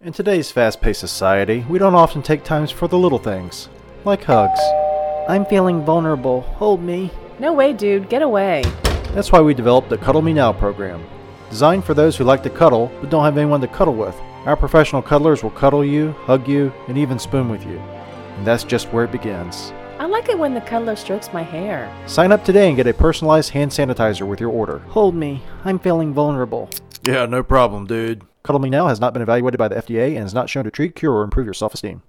In today's fast paced society, we don't often take times for the little things, like hugs. I'm feeling vulnerable, hold me. No way, dude. Get away. That's why we developed the Cuddle Me Now program, designed for those who like to cuddle but don't have anyone to cuddle with. Our professional cuddlers will cuddle you, hug you, and even spoon with you. And that's just where it begins. I like it when the cuddler strokes my hair. Sign up today and get a personalized hand sanitizer with your order. Hold me, I'm feeling vulnerable. Yeah, no problem, dude. Cuddle Me Now has not been evaluated by the FDA and is not shown to treat, cure, or improve your self esteem.